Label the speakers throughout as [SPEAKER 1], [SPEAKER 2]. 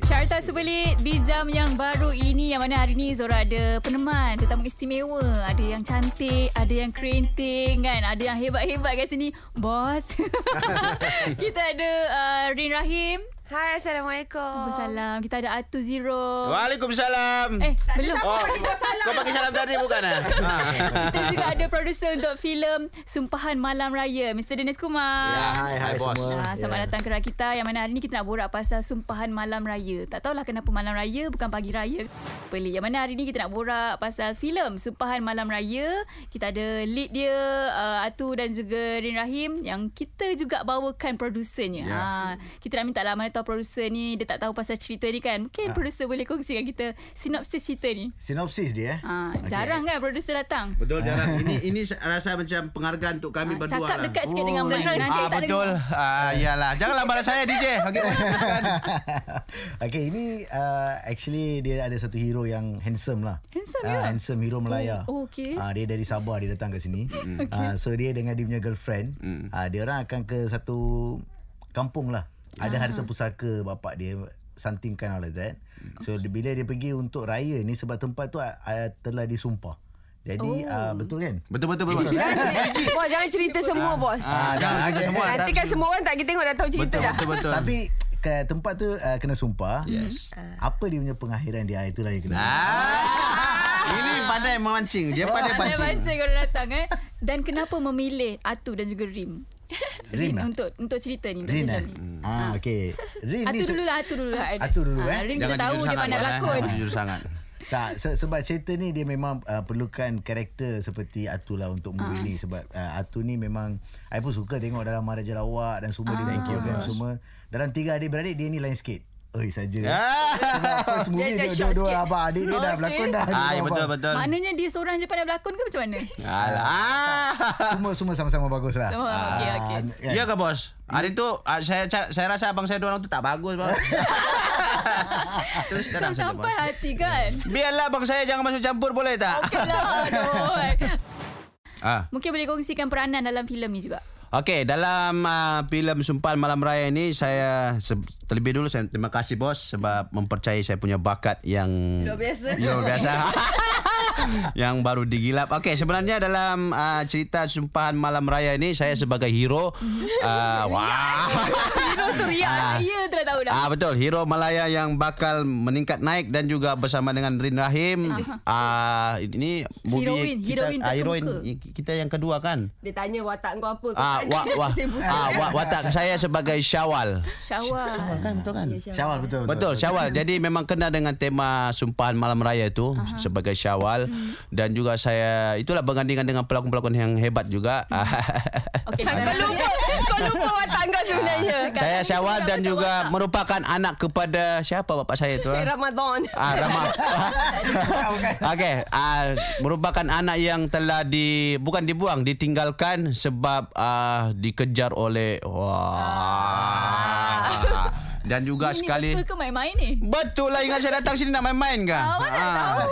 [SPEAKER 1] Carta Sebelit di jam yang baru ini yang mana hari ni Zora ada peneman tetamu istimewa. Ada yang cantik, ada yang kerinting kan, ada yang hebat-hebat kat sini. Bos. Kita ada uh, Rin Rahim.
[SPEAKER 2] Hai, Assalamualaikum.
[SPEAKER 1] Waalaikumsalam. Kita ada Atu Zero.
[SPEAKER 3] Waalaikumsalam.
[SPEAKER 1] Eh, belum.
[SPEAKER 3] Oh, kau pakai salam tadi bukan eh? Ha.
[SPEAKER 1] Kita juga ada producer untuk filem Sumpahan Malam Raya, Mr. Dennis Kumar.
[SPEAKER 3] Ya, hai, hai
[SPEAKER 4] bos.
[SPEAKER 3] semua.
[SPEAKER 1] Ah, selamat yeah. datang ke Rakita yang mana hari ni kita nak borak pasal sumpahan malam raya. Tak tahulah kenapa malam raya bukan pagi raya. Pelik. Yang mana hari ni kita nak borak pasal filem Sumpahan Malam Raya. Kita ada lead dia uh, Atu dan juga Rin Rahim yang kita juga bawakan produsernya.
[SPEAKER 3] Ya.
[SPEAKER 1] Yeah. Ha, kita nak minta lah mana tahu produser ni dia tak tahu pasal cerita ni kan.
[SPEAKER 3] Ah.
[SPEAKER 1] Mungkin ha. produser boleh kongsikan kita sinopsis cerita ni.
[SPEAKER 4] Sinopsis dia eh.
[SPEAKER 1] Ha, okay. Jarang kan produser datang.
[SPEAKER 3] Betul jarang. ini ini rasa macam penghargaan untuk
[SPEAKER 1] Ah,
[SPEAKER 3] kami
[SPEAKER 1] cakap
[SPEAKER 3] berdua lah. Ah,
[SPEAKER 1] dekat sikit dengan mic.
[SPEAKER 2] Senang
[SPEAKER 1] Nanti
[SPEAKER 2] sikit.
[SPEAKER 1] tak dengar.
[SPEAKER 5] Betul. Ah, iyalah. Jangan lambat saya DJ. Okey.
[SPEAKER 1] Ah.
[SPEAKER 4] okay, ini uh, actually dia ada satu hero yang handsome lah.
[SPEAKER 1] Handsome,
[SPEAKER 4] Ah,
[SPEAKER 1] ya?
[SPEAKER 4] Handsome hero Melaya.
[SPEAKER 1] Oh, okay. Mm.
[SPEAKER 4] Ah, dia dari Sabah dia datang kat sini. okay. Ah, so dia dengan dia punya girlfriend, ah, dia orang akan ke satu kampung lah.
[SPEAKER 1] Ah.
[SPEAKER 4] Ada harta pusaka bapak dia something kind of like that. So okay. bila dia pergi untuk raya ni sebab tempat tu uh, telah disumpah. Jadi oh. uh, betul kan?
[SPEAKER 3] Betul betul betul. betul.
[SPEAKER 2] Jangan cerita, bos, jangan cerita semua, bos.
[SPEAKER 3] Ah, jangan cerita semua.
[SPEAKER 2] Nanti kan semua orang tak kita tengok dah tahu cerita
[SPEAKER 3] Betul
[SPEAKER 2] dah.
[SPEAKER 3] betul betul.
[SPEAKER 4] Tapi ke, tempat tu uh, kena sumpah.
[SPEAKER 3] Yes.
[SPEAKER 1] Mm.
[SPEAKER 4] Apa dia punya pengakhiran dia itulah yang kena.
[SPEAKER 3] Ah. Ini pandai memancing. Dia pandai
[SPEAKER 1] Oh, Pandai
[SPEAKER 3] pancing.
[SPEAKER 1] pancing korang datang eh. Dan kenapa memilih Atu dan juga Rim? Rin,
[SPEAKER 4] Rin lah.
[SPEAKER 1] untuk untuk cerita ni. untuk
[SPEAKER 4] Rin
[SPEAKER 1] filem
[SPEAKER 4] eh.
[SPEAKER 1] ni.
[SPEAKER 4] Ah okey. Rin ni
[SPEAKER 1] Atu
[SPEAKER 4] se-
[SPEAKER 1] dulu lah, Atu dulu lah.
[SPEAKER 4] Atu dulu,
[SPEAKER 1] Ah,
[SPEAKER 4] eh.
[SPEAKER 1] Rin kita tahu dia pandai
[SPEAKER 3] bos, eh.
[SPEAKER 1] lakon.
[SPEAKER 3] Jangan jujur sangat.
[SPEAKER 4] tak se- sebab cerita ni dia memang uh, perlukan karakter seperti Atu lah untuk movie ni sebab uh, Atu ni memang I pun suka tengok dalam Maharaja Lawak dan semua dia punya program semua. Dalam tiga adik-beradik dia ni lain sikit. Oi saja.
[SPEAKER 3] Ah.
[SPEAKER 4] Sebab first movie
[SPEAKER 2] Dia
[SPEAKER 4] dia
[SPEAKER 2] just short
[SPEAKER 4] dua-dua
[SPEAKER 2] sikit.
[SPEAKER 4] abang adik dia dah
[SPEAKER 1] Okey.
[SPEAKER 4] berlakon dah. Dia
[SPEAKER 3] Ah,
[SPEAKER 4] dua
[SPEAKER 3] betul
[SPEAKER 4] abang.
[SPEAKER 3] betul.
[SPEAKER 1] Maknanya dia seorang je pandai berlakon ke macam mana?
[SPEAKER 3] Alah. Ah.
[SPEAKER 4] Semua semua sama-sama bagus lah.
[SPEAKER 1] Semua, okey, okey.
[SPEAKER 4] kan?
[SPEAKER 3] Ya ke bos? Hari tu ah, saya ca- saya rasa abang saya dua orang tu tak bagus bos. Terus
[SPEAKER 1] Kau
[SPEAKER 3] terang saja
[SPEAKER 1] sampai
[SPEAKER 3] bos.
[SPEAKER 1] hati kan?
[SPEAKER 3] Biarlah abang saya jangan masuk campur boleh tak?
[SPEAKER 1] Okey lah, aduh.
[SPEAKER 3] Ah.
[SPEAKER 1] Mungkin boleh kongsikan peranan dalam filem ni juga.
[SPEAKER 3] Okey, dalam uh, filem Sumpahan Malam Raya ini saya se- terlebih dulu saya terima kasih bos sebab mempercayai saya punya bakat yang
[SPEAKER 2] Luar biasa.
[SPEAKER 3] Luar biasa. yang baru digilap. Okey, sebenarnya dalam uh, cerita Sumpahan Malam Raya ini saya sebagai hero uh, wah.
[SPEAKER 1] Hero tu riak saya tu dah tahu dah.
[SPEAKER 3] Ah betul, hero Malaya yang bakal meningkat naik dan juga bersama dengan Rin Rahim. Ah ini
[SPEAKER 1] Heroin,
[SPEAKER 3] movie
[SPEAKER 1] heroin
[SPEAKER 3] kita, ah, heroin
[SPEAKER 1] terkemuka.
[SPEAKER 3] kita yang kedua kan.
[SPEAKER 2] Dia tanya watak kau apa. Kau
[SPEAKER 1] kan?
[SPEAKER 3] Ah
[SPEAKER 2] tak
[SPEAKER 3] wa,
[SPEAKER 2] jadi
[SPEAKER 3] wa,
[SPEAKER 2] pusing-pusing.
[SPEAKER 3] ah wa, watak saya sebagai Syawal.
[SPEAKER 1] Syawal.
[SPEAKER 3] Kan betul kan?
[SPEAKER 4] Syawal betul.
[SPEAKER 3] Betul Syawal. Jadi memang kena dengan tema Sumpahan Malam Raya itu uh-huh. sebagai Syawal
[SPEAKER 1] Hmm.
[SPEAKER 3] dan juga saya itulah bergandingan dengan pelakon-pelakon yang hebat juga.
[SPEAKER 1] Hmm. Okey.
[SPEAKER 2] Kau lupa, kau lupa watak kau sebenarnya.
[SPEAKER 3] saya Syawal dan juga merupakan anak kepada siapa bapak saya itu? ah?
[SPEAKER 2] Ramadan.
[SPEAKER 3] Ah, Rama.
[SPEAKER 1] kan?
[SPEAKER 3] Okey, ah, merupakan anak yang telah di bukan dibuang, ditinggalkan sebab ah, dikejar oleh wah. Dan juga
[SPEAKER 1] Ini
[SPEAKER 3] sekali
[SPEAKER 1] betul ke main-main ni?
[SPEAKER 3] Betul lah ingat saya datang sini nak main-main kah?
[SPEAKER 1] Awak nak tahu.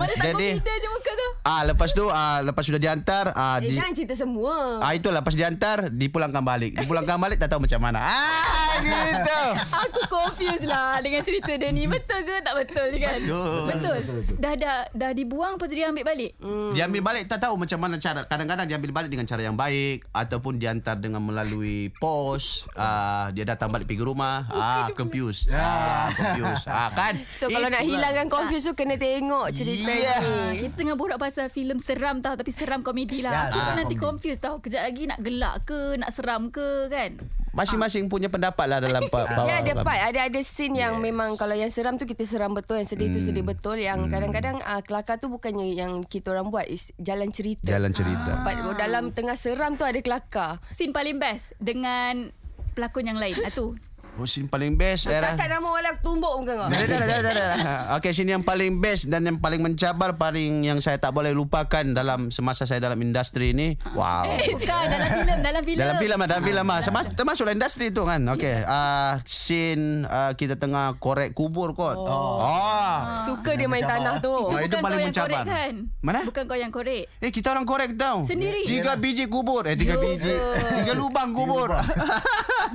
[SPEAKER 1] Macam tak
[SPEAKER 3] Jadi-
[SPEAKER 1] confident je muka tu.
[SPEAKER 3] Ah lepas tu ah lepas sudah diantar ah
[SPEAKER 2] Eh,
[SPEAKER 3] di,
[SPEAKER 2] jangan cerita semua.
[SPEAKER 3] ah itulah lepas diantar dipulangkan balik. Dipulangkan balik tak tahu macam mana. Ah gitu.
[SPEAKER 1] Aku confused lah dengan cerita dia ni. Betul ke tak betul ni kan? Betul. Betul.
[SPEAKER 4] Betul, betul. Hmm.
[SPEAKER 1] Dah, dah, dah dibuang lepas tu dia ambil balik.
[SPEAKER 2] Hmm.
[SPEAKER 3] Dia ambil balik tak tahu macam mana cara. Kadang-kadang dia ambil balik dengan cara yang baik ataupun diantar dengan melalui pos. Ah dia datang balik pergi rumah. Ah confused. Ah confused. Ah kan.
[SPEAKER 2] So kalau nak
[SPEAKER 3] Itulah.
[SPEAKER 2] hilangkan confuse tu kena tengok cerita
[SPEAKER 1] Ah,
[SPEAKER 2] ni.
[SPEAKER 1] kita tengah borak pasal filem seram tau tapi seram komedi lah.
[SPEAKER 4] Ya,
[SPEAKER 1] Aku
[SPEAKER 4] seram
[SPEAKER 1] pun nanti
[SPEAKER 4] komedi.
[SPEAKER 1] confused tau. Kejap lagi nak gelak ke, nak seram ke kan?
[SPEAKER 3] masing-masing punya pendapat lah dalam pa-
[SPEAKER 2] Ya ada
[SPEAKER 3] pa-
[SPEAKER 2] part Ada ada scene yang memang Kalau yang seram tu Kita seram betul Yang
[SPEAKER 3] Hmm.
[SPEAKER 2] sedih tu sedih betul Yang kadang-kadang uh, Kelakar tu bukannya Yang kita orang buat is Jalan cerita
[SPEAKER 3] Jalan cerita.
[SPEAKER 2] Part, Dalam tengah seram tu Ada kelakar
[SPEAKER 1] Scene paling best dengan pelakon yang lain. Ah, Atu.
[SPEAKER 3] Oh, scene paling best
[SPEAKER 4] Kan
[SPEAKER 3] era.
[SPEAKER 4] lah.
[SPEAKER 2] Kakak nama orang tumbuk muka kau
[SPEAKER 3] Tak ada, tak ada, tak ada, tak ada. Okey, sini yang paling best dan yang paling mencabar paling yang saya tak boleh lupakan dalam semasa saya dalam industri ini. Wow.
[SPEAKER 1] Eh, bukan dalam filem, dalam filem.
[SPEAKER 3] Dalam filem lah, dalam filem lah. Semas- Termasuklah industri tu kan. Okey, ah scene ah, kita tengah korek kubur kot. Oh.
[SPEAKER 2] Ah, Suka dia main
[SPEAKER 4] Macam
[SPEAKER 2] tanah tu
[SPEAKER 3] Oh, itu
[SPEAKER 1] Bukan
[SPEAKER 3] paling
[SPEAKER 1] kau yang
[SPEAKER 3] mencabar.
[SPEAKER 1] korek kan?
[SPEAKER 3] Mana?
[SPEAKER 1] Bukan kau yang korek.
[SPEAKER 3] Eh, kita orang korek tau.
[SPEAKER 1] Sendiri?
[SPEAKER 3] Tiga biji kubur. Eh, tiga
[SPEAKER 1] Yo.
[SPEAKER 3] biji. Tiga lubang kubur.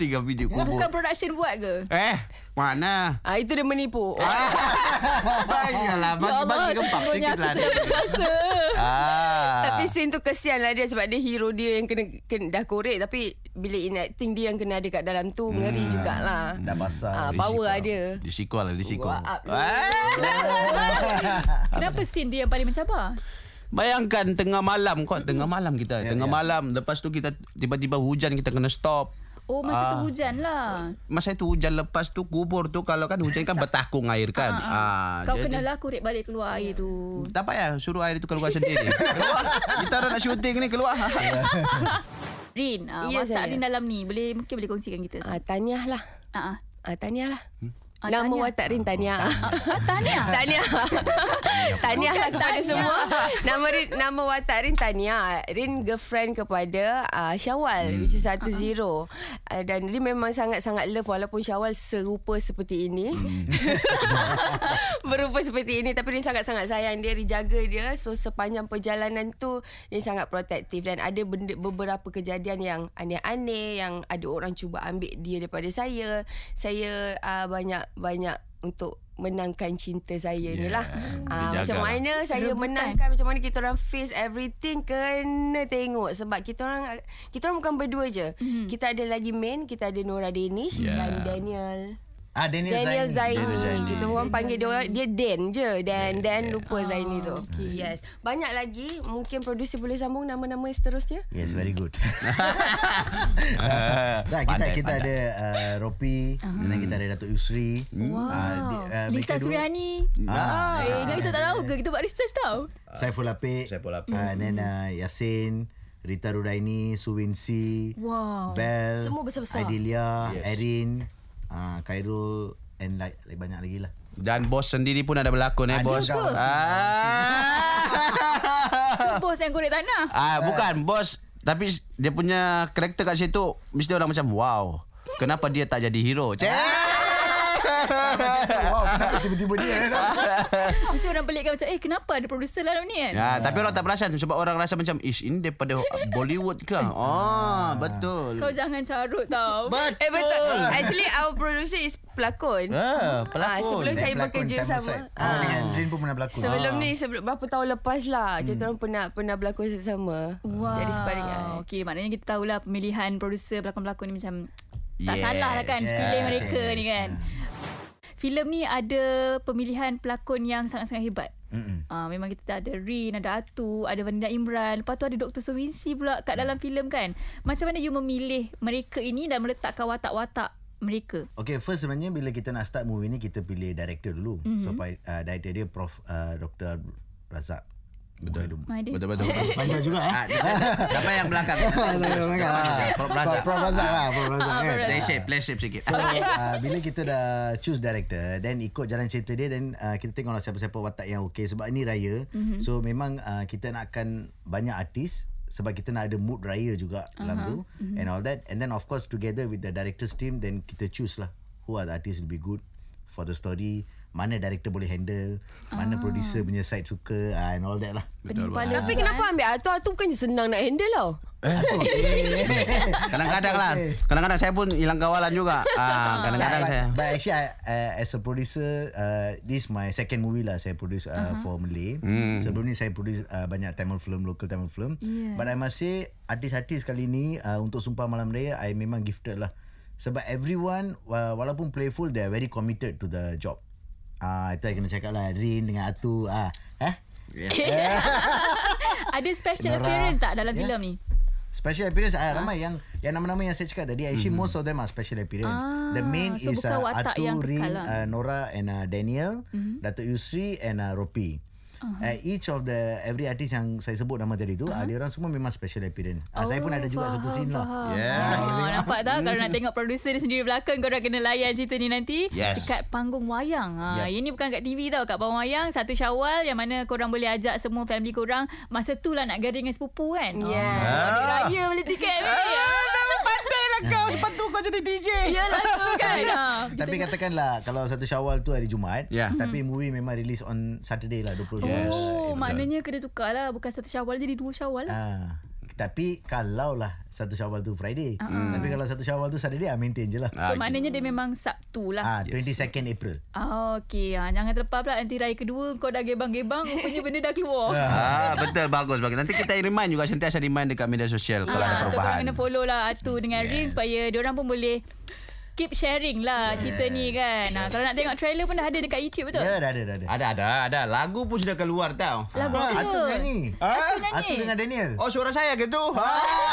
[SPEAKER 3] Tiga biji kubur.
[SPEAKER 1] Bukan production Action buat ke?
[SPEAKER 3] Eh, mana?
[SPEAKER 2] Ah itu dia menipu.
[SPEAKER 4] Ah.
[SPEAKER 3] Baiklah, bagi-bagi gempak
[SPEAKER 1] sesungguhnya
[SPEAKER 3] sikit
[SPEAKER 1] aku
[SPEAKER 3] lah.
[SPEAKER 1] sedang berkuasa.
[SPEAKER 3] Ah.
[SPEAKER 2] Tapi scene tu kesian lah dia sebab dia hero dia yang kena, kena dah korek tapi bila enacting dia yang kena ada kat dalam tu mengeri jugalah.
[SPEAKER 4] Hmm. Dah basah.
[SPEAKER 2] Ah,
[SPEAKER 4] Risiko
[SPEAKER 2] power
[SPEAKER 4] lah. Eh?
[SPEAKER 2] ada.
[SPEAKER 3] Di sequel lah, di sequel.
[SPEAKER 2] Wah, up.
[SPEAKER 1] Kenapa scene dia yang paling mencabar?
[SPEAKER 3] Bayangkan tengah malam kau tengah malam kita tengah malam lepas tu kita tiba-tiba hujan kita kena stop
[SPEAKER 1] Oh, masa
[SPEAKER 3] Ah.
[SPEAKER 1] tu hujan lah.
[SPEAKER 3] masa itu hujan lepas tu kubur tu kalau kan hujan kan bertakung air kan ah,
[SPEAKER 1] Kau
[SPEAKER 3] jadi-
[SPEAKER 1] kenalah korek balik keluar air tu.
[SPEAKER 3] tak payah suruh air itu keluar sendiri keluar kita dah nak syuting ni keluar
[SPEAKER 1] Rin, uh,
[SPEAKER 2] Ya,
[SPEAKER 1] yes, watak
[SPEAKER 2] saya.
[SPEAKER 1] Rin dalam ni boleh mungkin boleh kongsikan kita.
[SPEAKER 2] Ah tahniahlah.
[SPEAKER 1] Ah, ah.
[SPEAKER 2] Ah tahniahlah.
[SPEAKER 1] Ah,
[SPEAKER 2] Nama
[SPEAKER 1] tahniah.
[SPEAKER 2] watak Rin Tahniah.
[SPEAKER 1] Ah, tahniah.
[SPEAKER 2] Tania. Tania lah kepada semua. Nama Rin, nama watak Rin Tania. Rin girlfriend kepada uh, Syawal hmm. which is 10. Uh-huh. Uh, dan Rin memang sangat-sangat love walaupun Syawal serupa seperti ini. Berupa seperti ini tapi Rin sangat-sangat sayang dia, Rin jaga dia. So sepanjang perjalanan tu Rin sangat protektif dan ada benda, beberapa kejadian yang aneh-aneh yang ada orang cuba ambil dia daripada saya. Saya uh, banyak-banyak untuk menangkan cinta saya yeah. ni lah. Ah, macam
[SPEAKER 3] Dia jaga lah.
[SPEAKER 2] mana saya
[SPEAKER 1] Rebutan.
[SPEAKER 2] menangkan macam mana kita orang face everything kena tengok sebab kita orang kita orang bukan berdua je. Mm-hmm. Kita ada lagi main, kita ada Nora Danish yeah. dan Daniel.
[SPEAKER 4] Ah, Daniel,
[SPEAKER 2] Daniel Zaini.
[SPEAKER 3] Daniel Zaini.
[SPEAKER 2] Kita orang panggil dia orang- dia Dan je. Dan Dan lupa Zaini tu. Okay. Yes. Banyak lagi mungkin producer boleh sambung nama-nama seterusnya.
[SPEAKER 4] Yes, very good. tak, kita
[SPEAKER 3] pandai,
[SPEAKER 4] kita
[SPEAKER 3] pandai.
[SPEAKER 4] ada uh, Ropi,
[SPEAKER 2] Ah.
[SPEAKER 4] uh-huh. dan kita ada Datuk Yusri.
[SPEAKER 1] Wow.
[SPEAKER 4] di- uh, mereka
[SPEAKER 1] Lisa
[SPEAKER 4] dua-
[SPEAKER 1] Suriani.
[SPEAKER 4] Ah,
[SPEAKER 1] Eh, ingat kita tak tahu ke? Kita buat research tau.
[SPEAKER 4] Saiful Apik.
[SPEAKER 3] Saiful Apik.
[SPEAKER 4] Uh, and then uh, Yasin, Rita Rudaini, Suwinsi,
[SPEAKER 1] Wow.
[SPEAKER 4] Bel,
[SPEAKER 2] Semua besar-besar.
[SPEAKER 4] Aidilia,
[SPEAKER 3] Yes.
[SPEAKER 4] Erin, uh, Khairul, and like, like banyak lagi lah.
[SPEAKER 3] dan bos sendiri pun ada berlakon eh
[SPEAKER 4] Ada
[SPEAKER 3] bos
[SPEAKER 4] ke?
[SPEAKER 3] ah.
[SPEAKER 1] Tu bos yang korek tanah.
[SPEAKER 3] Ah bukan bos tapi dia punya karakter kat situ mesti orang macam wow. Kenapa dia tak jadi hero? Cek.
[SPEAKER 4] wow, kenapa tiba-tiba dia?
[SPEAKER 1] Mesti orang pelik kan macam, eh kenapa ada producer lah dalam ni kan?
[SPEAKER 3] Ya, tapi orang tak perasan sebab orang rasa macam ish ini daripada Bollywood ke? Oh, betul.
[SPEAKER 1] Kau jangan carut tau.
[SPEAKER 3] Betul.
[SPEAKER 2] Eh betul. Actually our producer is pelakon.
[SPEAKER 3] Ah,
[SPEAKER 2] Ah, sebelum
[SPEAKER 3] pelakon.
[SPEAKER 2] saya bekerja
[SPEAKER 4] Time
[SPEAKER 2] sama.
[SPEAKER 4] Aside. Ah, dengan Rin pun pernah berlakon.
[SPEAKER 2] Sebelum ni sebelum berapa tahun lepas lah hmm. kita orang pernah pernah berlakon sama.
[SPEAKER 1] Wow.
[SPEAKER 2] Jadi sparring ah.
[SPEAKER 1] Okay, maknanya kita tahulah pemilihan producer pelakon-pelakon ni macam tak
[SPEAKER 3] Yes,
[SPEAKER 1] salah lah kan
[SPEAKER 4] yes,
[SPEAKER 1] pilih mereka ni
[SPEAKER 4] yes.
[SPEAKER 1] kan. Filem ni ada pemilihan pelakon yang sangat-sangat hebat.
[SPEAKER 4] Mm-mm.
[SPEAKER 1] Ah, memang kita ada Rin, ada Atu, ada Vanina Imran. Lepas tu ada Dr. Sowinsi pula kat dalam filem kan. Macam mana you memilih mereka ini dan meletakkan watak-watak mereka?
[SPEAKER 4] Okay, first sebenarnya bila kita nak start movie ni kita pilih director dulu. Mm-hmm. So pi- uh, director dia Prof uh, Dr Razak. Betul.
[SPEAKER 1] Mahathir.
[SPEAKER 3] Betul betul. betul.
[SPEAKER 4] Panjang juga eh.
[SPEAKER 3] Ah, Siapa yang belakang? Prof Razak.
[SPEAKER 4] Ah, Prof Razak lah, Prof Razak. kan?
[SPEAKER 3] Play safe, play safe sikit.
[SPEAKER 4] So, uh, bila kita dah choose director then ikut jalan cerita dia then uh, kita tengoklah siapa-siapa watak yang okey sebab ni raya. Mm-hmm. So memang uh, kita nakkan banyak artis sebab kita nak ada mood raya juga uh-huh. dalam tu mm-hmm. and all that and then of course together with the directors team then kita choose lah who are the artists will be good for the story mana director boleh handle mana producer punya side suka uh, and all that lah
[SPEAKER 1] Betul, betul.
[SPEAKER 2] Tapi kenapa ambil Ah, Atu? Atu bukannya senang nak handle tau.
[SPEAKER 3] Kadang-kadang lah. Kadang-kadang saya pun hilang kawalan juga. Ah, kadang-kadang
[SPEAKER 4] but,
[SPEAKER 3] saya.
[SPEAKER 4] But actually, I, uh, as a producer, uh, this my second movie lah. Saya produce uh, uh-huh. for Malay. Mm. Sebelum ni saya produce uh, banyak Tamil film, local Tamil film.
[SPEAKER 1] Yeah.
[SPEAKER 4] But I must say, artis-artis kali ni uh, untuk Sumpah Malam Raya, I memang gifted lah. Sebab everyone, uh, walaupun playful, they are very committed to the job. Ah, uh, itu I kena cakap lah. Rin dengan Atu. Ah, eh?
[SPEAKER 1] ada special
[SPEAKER 4] Nora.
[SPEAKER 1] appearance tak dalam
[SPEAKER 4] Ya.
[SPEAKER 1] filem ni?
[SPEAKER 4] Special appearance ah, ramai yang yang nama-nama yang saya cakap tadi actually most of them are special appearance.
[SPEAKER 1] Mhm. Ah,
[SPEAKER 4] The main
[SPEAKER 1] so
[SPEAKER 4] is
[SPEAKER 1] bukan
[SPEAKER 4] uh,
[SPEAKER 1] watak yang
[SPEAKER 4] Atu,
[SPEAKER 1] kekal
[SPEAKER 4] Rin,
[SPEAKER 1] lah. Mhm.
[SPEAKER 4] uh, Nora and uh, Daniel, Datuk Yusri and uh, Ropi. Uh-huh. Uh, each of the every artist yang saya sebut nama tadi tu, uh-huh. dia orang semua memang special appearance. Uh, oh, saya pun ada juga satu scene lah.
[SPEAKER 3] Yeah.
[SPEAKER 1] Ah, nampak tak kalau nak tengok producer dia sendiri belakang kau kena layan cerita ni nanti
[SPEAKER 3] Yes.
[SPEAKER 1] dekat panggung wayang. Ha yep. ini bukan kat TV tau kat panggung wayang satu Syawal yang mana korang boleh ajak semua family korang masa tu lah nak gathering dengan sepupu kan.
[SPEAKER 2] Yeah.
[SPEAKER 1] Ah. Adik raya beli tiket ni.
[SPEAKER 3] Pandai lah kau sebab tu kau jadi DJ.
[SPEAKER 1] Yalah tu kan. Ha.
[SPEAKER 4] Tapi katakanlah kalau satu Syawal tu hari Jumaat,
[SPEAKER 3] Yeah.
[SPEAKER 1] Mhm.
[SPEAKER 4] tapi movie memang release on Saturday lah 20
[SPEAKER 3] Yes.
[SPEAKER 1] Oh, maknanya kena tukar lah. Bukan satu syawal jadi dua syawal lah.
[SPEAKER 4] Ah, Tapi kalau lah satu Syawal tu Friday.
[SPEAKER 1] Uh-huh.
[SPEAKER 4] Tapi kalau satu Syawal tu Saturday, I maintain je lah.
[SPEAKER 1] So maknanya dia memang Sabtu lah.
[SPEAKER 4] Ah, 22nd April.
[SPEAKER 1] Ah, okey. Ah, jangan terlepas pula nanti raya kedua kau dah gebang-gebang rupanya benda dah keluar.
[SPEAKER 3] Ah, betul bagus bagus. Nanti kita remind juga sentiasa remind dekat media sosial kalau
[SPEAKER 1] Ah,
[SPEAKER 3] ada
[SPEAKER 1] so korang
[SPEAKER 3] perubahan.
[SPEAKER 1] kena follow lah Atu dengan yes. Rin supaya diorang pun boleh keep sharing lah yes. cerita ni kan. Ah, kalau nak tengok trailer pun dah ada dekat YouTube betul? Ah,
[SPEAKER 4] Ya, dah ada, dah ada. Ah,
[SPEAKER 5] Ada ada ada lagu pun sudah keluar tau.
[SPEAKER 1] Lagu
[SPEAKER 3] Ah.
[SPEAKER 1] apa?
[SPEAKER 4] Atu nyanyi.
[SPEAKER 1] Ah, Atu nyanyi.
[SPEAKER 4] Atu dengan Daniel.
[SPEAKER 5] Oh suara saya gitu.
[SPEAKER 3] Ah.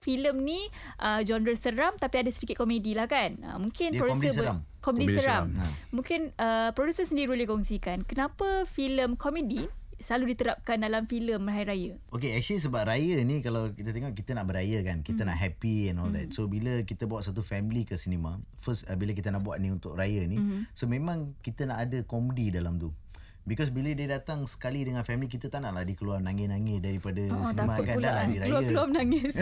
[SPEAKER 1] Filem ni uh, genre seram tapi ada sedikit komedi lah kan. Uh, mungkin
[SPEAKER 4] Dia
[SPEAKER 1] producer
[SPEAKER 4] Ya, komedi
[SPEAKER 1] boleh- Komedi,
[SPEAKER 3] Komedi
[SPEAKER 4] seram.
[SPEAKER 1] seram.
[SPEAKER 3] seram,
[SPEAKER 1] Mungkin uh, producer sendiri boleh kongsikan kenapa filem komedi selalu diterapkan dalam filem Hari Raya.
[SPEAKER 4] Okay, actually sebab raya ni kalau kita tengok kita nak beraya kan,
[SPEAKER 1] Hmm.
[SPEAKER 4] kita nak happy and all that. So bila kita bawa satu family ke cinema, first uh, bila kita nak buat ni untuk raya ni,
[SPEAKER 1] Hmm.
[SPEAKER 4] so memang kita nak ada komedi dalam tu. Because bila dia datang sekali dengan family kita tak naklah dia keluar nangis-nangis daripada
[SPEAKER 1] Oh,
[SPEAKER 4] cinema
[SPEAKER 1] takut
[SPEAKER 4] kan
[SPEAKER 1] pula.
[SPEAKER 4] dah lah hari raya.
[SPEAKER 1] Keluar-keluar menangis.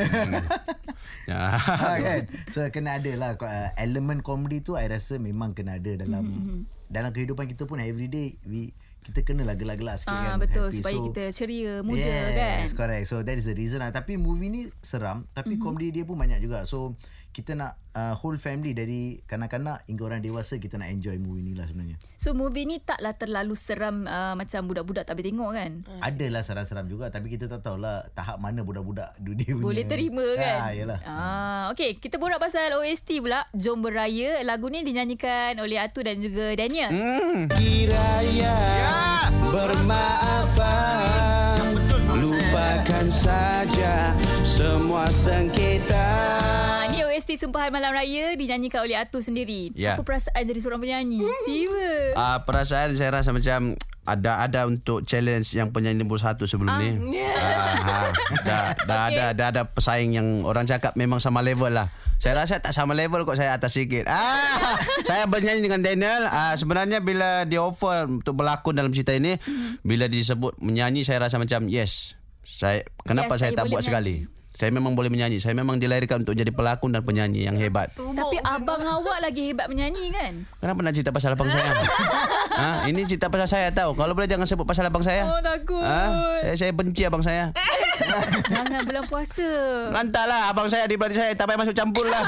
[SPEAKER 3] Ya.
[SPEAKER 4] Ah, kan? So kena ada lah uh, elemen komedi tu I rasa memang kena ada dalam
[SPEAKER 1] Hmm,
[SPEAKER 4] dalam kehidupan kita pun everyday we kita kena lah gelak-gelak sikit
[SPEAKER 1] Ah,
[SPEAKER 4] kan
[SPEAKER 1] betul supaya kita ceria, muda
[SPEAKER 4] yes,
[SPEAKER 1] kan. Mhm.
[SPEAKER 4] correct so that is the reason lah tapi movie ni seram tapi mm-hmm. komedi dia pun banyak juga so kita nak uh, whole family dari kanak-kanak hingga orang dewasa kita nak enjoy movie ni lah sebenarnya
[SPEAKER 1] So movie ni taklah terlalu seram uh, macam budak-budak tak boleh tengok kan.
[SPEAKER 4] Adalah seram-seram juga Tapi kita tak tahulah Tahap mana budak-budak Dia punya
[SPEAKER 1] Boleh terima kan
[SPEAKER 4] ah, Yalah
[SPEAKER 1] ah, Okay Kita borak pasal OST pula Jom Beraya Lagu ni dinyanyikan oleh Atu dan juga Daniel mm.
[SPEAKER 3] Hmm.
[SPEAKER 6] Kiraya Bermaafan Lupakan saja Semua sengketa
[SPEAKER 1] ah, Ni OST Sumpahan Malam Raya Dinyanyikan oleh Atu sendiri
[SPEAKER 3] Ya.
[SPEAKER 1] Apa perasaan jadi seorang penyanyi Hmm. Tiba
[SPEAKER 3] Ah, perasaan saya rasa macam ada ada untuk challenge yang penyanyi nombor satu sebelum ni.
[SPEAKER 1] ya.
[SPEAKER 3] Ah, ha. dah dah ada dah ada pesaing yang orang cakap memang sama level lah. Saya rasa tak sama level kok saya atas sikit. Ah, saya bernyanyi dengan Daniel. Ah, sebenarnya bila dia offer untuk berlakon dalam cerita ini, bila disebut menyanyi saya rasa macam yes. Saya kenapa
[SPEAKER 1] Yes,
[SPEAKER 3] saya,
[SPEAKER 1] saya
[SPEAKER 3] tak
[SPEAKER 1] boleh
[SPEAKER 3] buat sekali? Saya memang boleh menyanyi. Saya memang dilahirkan untuk jadi pelakon dan penyanyi yang hebat.
[SPEAKER 1] Tapi abang awak lagi hebat menyanyi kan
[SPEAKER 3] Kenapa nak cerita pasal abang saya? ha? Ini cerita pasal saya tahu. Kalau boleh jangan sebut pasal abang saya.
[SPEAKER 1] Oh, takut. Eh.
[SPEAKER 3] Ha? Saya, saya benci abang saya.
[SPEAKER 1] Jangan bulan puasa
[SPEAKER 3] Lantarlah abang saya di balik saya. Tak payah masuk campur lah.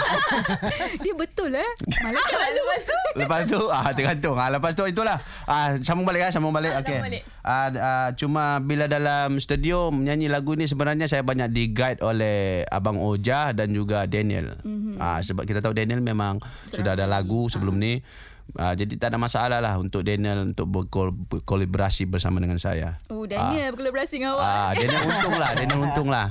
[SPEAKER 1] Dia betul eh Malaikat lalu masuk
[SPEAKER 3] lepas tu, ah, tergantung. Ah, lepas tu itulah. Ah, sambung balik lah. Sambung
[SPEAKER 1] Ah,
[SPEAKER 3] balik. Okey.
[SPEAKER 1] sambung balik.
[SPEAKER 3] Ah, ah, cuma bila dalam studio menyanyi lagu ni sebenarnya saya banyak di-guide oleh Abang Oja dan juga Daniel. Mm-hmm.
[SPEAKER 1] Mhm.
[SPEAKER 3] Ah, sebab kita tahu Daniel memang sudah ada lagu sebelum ni. Ah, jadi tak ada masalah lah untuk Daniel untuk berkol- berkolaborasi bersama dengan saya.
[SPEAKER 1] Oh Daniel berkolaborasi dengan awak
[SPEAKER 3] Ah, Daniel untung lah, Daniel untung lah.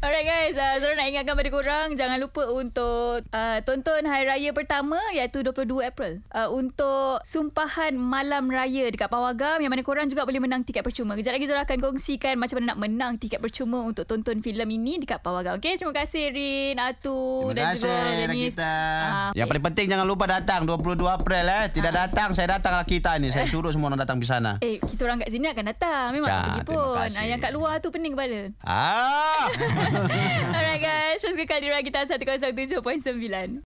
[SPEAKER 1] Alright guys, uh, Zara nak ingatkan pada korang jangan lupa untuk uh, tonton Hari Raya pertama iaitu 22 April. Uh, untuk Sumpahan Malam Raya dekat Pawagam yang mana korang juga boleh menang tiket percuma. Kejap lagi Zara akan kongsikan macam mana nak menang tiket percuma untuk tonton filem ini dekat Pawagam. Okay, terima kasih Rin, Atu
[SPEAKER 5] Terima
[SPEAKER 1] dan juga
[SPEAKER 5] kasih,
[SPEAKER 1] Denise.
[SPEAKER 5] Nakita.
[SPEAKER 1] Ah,
[SPEAKER 3] Yang paling penting jangan lupa datang 22 April eh. Tidak datang, saya datanglah kita ni. Saya suruh semua orang datang di sana.
[SPEAKER 1] Eh, kita orang kat sini akan datang. Memang
[SPEAKER 3] Cak,
[SPEAKER 1] tak pergi
[SPEAKER 3] terima
[SPEAKER 1] pun.
[SPEAKER 3] kasih.
[SPEAKER 1] Ah, Yang kat luar tu pening kepala.
[SPEAKER 3] Ah.
[SPEAKER 1] Alright guys, terus ke Kaldera kita 107.9.